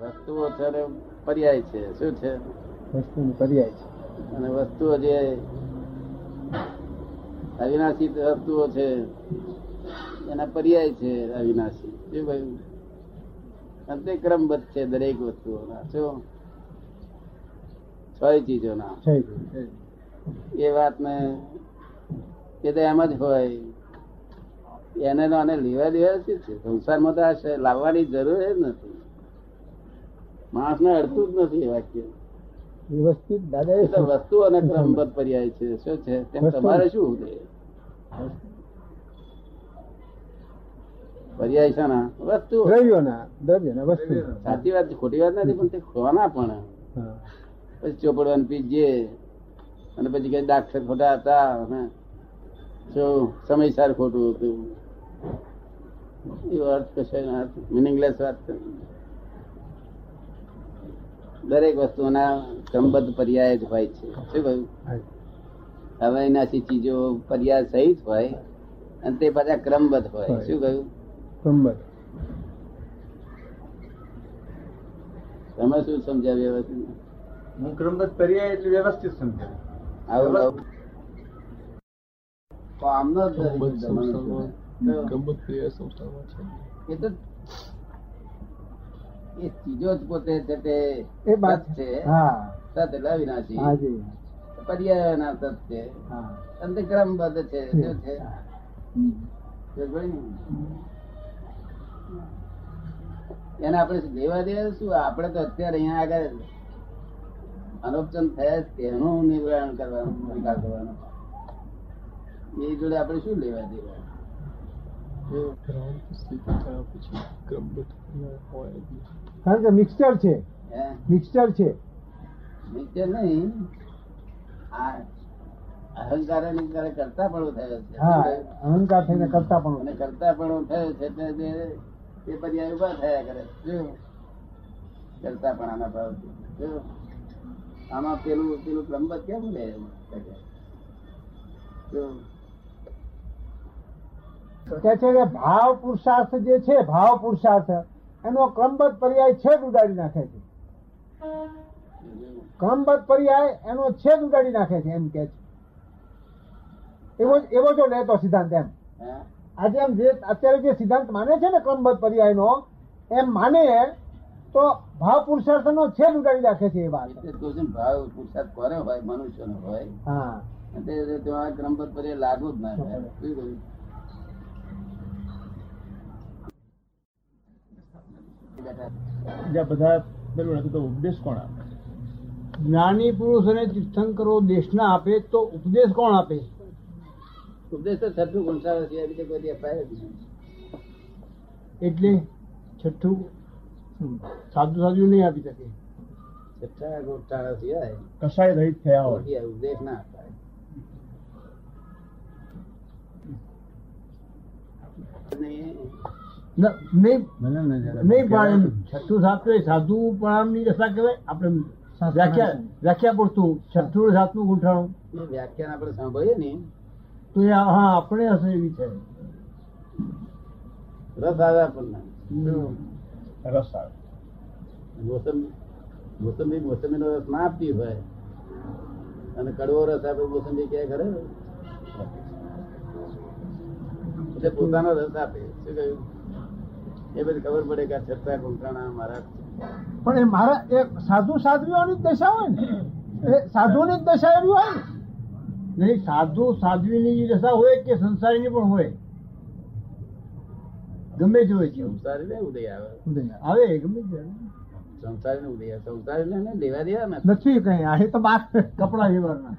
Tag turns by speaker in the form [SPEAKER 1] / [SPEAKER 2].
[SPEAKER 1] વસ્તુઓ છે ને પર્યાય છે શું છે
[SPEAKER 2] વસ્તુનું પર્યાય છે
[SPEAKER 1] અને વસ્તુઓ જે અવિનાશી વસ્તુઓ છે એના પર્યાય છે અવિનાશી શું કહ્યું અંતે ક્રમબદ્ધ છે દરેક વસ્તુઓના શું છ ચીજોના
[SPEAKER 2] થઈ ગયું
[SPEAKER 1] એ વાતને એ તો એમ જ હોય એને તો આને લેવા દેવા શું છે સંસારમાં તો આ શ- લાવવાની જરૂર જ નથી માણસને અડતું જ નથી એ વાક્ય
[SPEAKER 2] વ્યવસ્થિત દાદા
[SPEAKER 1] એ તો વસ્તુ અને ક્રમબદ્ધ પર્યાય છે શું છે તેમ
[SPEAKER 2] વસ્તુ.
[SPEAKER 1] તમારે શું છે પર્યાય શાના વસ્તુ
[SPEAKER 2] દ્રવ્યોના દ્રવ્યોના વસ્તુ
[SPEAKER 1] સાચી વાત છે, ખોટી વાત નથી પણ તે ખોવાના પણ
[SPEAKER 2] હા.
[SPEAKER 1] પછી ચોપડવાનું પીજીએ અને પછી કઈ ડાક્ટર ખોટા હતા અને શું સમયસર ખોટું હતું એવો અર્થ કશો મિનિંગલેસ વાત છે. દરેક વસ્તુના ક્રમબદ્ધ પર્યાય જ હોય છે શું કહ્યું
[SPEAKER 2] હા.
[SPEAKER 1] હવે એનાથી ચીજો પર્યાય સહિત હોય અને તે પાછા ક્રમબદ્ધ હોય
[SPEAKER 2] હોય.
[SPEAKER 1] શું કહ્યું
[SPEAKER 2] કુંભક.
[SPEAKER 1] તમે શું સમજાવ્યું હવે તમને?
[SPEAKER 3] હું ક્રમબદ્ધ પર્યાય એટલે વ્યવસ્થિત સમજાય
[SPEAKER 1] આવું
[SPEAKER 3] બરાબર.
[SPEAKER 1] આવું. તો આમનો જ દરેક જમાનો છે. તો એ તો એ ચીજો જ પોતે છે તે
[SPEAKER 2] એ બાત
[SPEAKER 1] સત છે
[SPEAKER 2] હા
[SPEAKER 1] સત એટલે અવિનાશી
[SPEAKER 2] હાજી
[SPEAKER 1] પર્યાયના સત છે
[SPEAKER 2] હા
[SPEAKER 1] અંતે ક્રમબદ્ધ છે
[SPEAKER 2] છે.
[SPEAKER 1] શું છે
[SPEAKER 2] હમ.
[SPEAKER 1] સમજાય ને? એને આપણે લેવા દેવા શું આપણે તો અત્યારે અહીંયા આગળ અનુપચન થયા છે તેનું નિવારણ કરવાનું નિકાલ કરવાનો એ જોડે આપણે શું લેવા દેવા
[SPEAKER 2] કારણ કે મિક્સચર છે
[SPEAKER 1] હે
[SPEAKER 2] મિક્સચર છે
[SPEAKER 1] નિત્ય નહીં આ અહંકાર અને અહંકાર કરતા પણ થયો છે
[SPEAKER 2] હા અહંકાર થઈને કરતા પણ
[SPEAKER 1] અને કરતા પણ થયો છે એટલે તે- તે પર્યાય ઉભા થયા કરે છે. જો કરતા પણ આના ભાવ છે. જો આમાં પેલું પેલું પ્રમબત કેમ લે એમ? જો
[SPEAKER 2] કે છે કે ભાવ પુરુષાર્થ જે છે ભાવ પુરુષાર્થ એનો ક્રમબદ્ધ પર્યાય છેદ ઉડાડી નાખે છે ક્રમબદ્ધ પર્યાય એનો છેદ ઉડાડી નાખે છે એમ કે છે એવો જ- એવો જો લેતો સિદ્ધાંત એમ
[SPEAKER 1] હા?
[SPEAKER 2] આજે એમ જે અત્યારે જે સિદ્ધાંત માને છે ને ક્રમબદ્ધ પર્યાયનો એમ માને તો ભાવ પુરુષાર્થનો છેદ ઉડાડી નાખે છે એ વાત
[SPEAKER 1] એટલે જ કહું છું ને, ભાવ પુરુષાર્થ કોને હોય મનુષ્યનો હોય
[SPEAKER 2] હા
[SPEAKER 1] અને તે રીતે તમારા ક્રમબદ્ધ પર્યાય લાગુ જ ના થાય શું કહ્યું? બેઠા.
[SPEAKER 2] બીજા બધા પેલું નથી તો ઉપદેશ કોણ આપે જ્ઞાની પુરુષ અને તીર્થંકરો દેશના આપે તો ઉપદેશ કોણ આપે
[SPEAKER 1] ઉપદેશ તો છઠ્ઠું ગુણસારો છે બીજે કોઈ દી અપાય જ નહીં
[SPEAKER 2] એટલે છઠ્ઠું હમ, સાદું સાદું નહીં આપી શકે
[SPEAKER 1] છઠ્ઠા ગુણસારો સિવાય
[SPEAKER 2] કસાય રહિત થયા
[SPEAKER 1] કોઈ ઉપદેશ ના અપાય. અને
[SPEAKER 2] નહીં
[SPEAKER 3] મને
[SPEAKER 2] નહીં પણ એમ છઠ્ઠું સાતું એ સાધુ પ્રણામની રસા કહેવાય આપણે વ્યાખ્યા વ્યાખ્યા પૂરતું છઠ્ઠું અને સાતમું ગૂંઠાણું
[SPEAKER 1] એ વ્યાખ્યાન આપણે સાંભળીએ ને
[SPEAKER 2] તો એ હા આપણે હશે એવી છે
[SPEAKER 1] રસ આવે આપણને
[SPEAKER 3] રસ આવે
[SPEAKER 1] મોસંબી મોસંબી મોસંબીનો રસ ના આપતી હોય અને કડવો રસ આપે મોસંબી ક્યાં કરે એટલે પોતાનો રસ આપે શું કહ્યું એ બધી ખબર પડે કે આ છઠ્ઠા ગુંઠાણા મારા
[SPEAKER 2] પણ એ મારા એ સાધુ સાધ્વીઓની જ દશા હોય ને એ સાધુઓની જ દશા એવી હોય ને નહીં સાધુ સાધ્વીની દશા હોય કે સંસારીની પણ હોય ગમે તે હોય છે
[SPEAKER 1] સંસારી ને ઉદય આવે
[SPEAKER 2] આવે ગમે તે
[SPEAKER 1] સંસારી ને ઉદય આવે સંસારી ને લેવા દેવા નથી
[SPEAKER 2] નથી કઈ આ એ તો બાર કપડા વ્યવહારના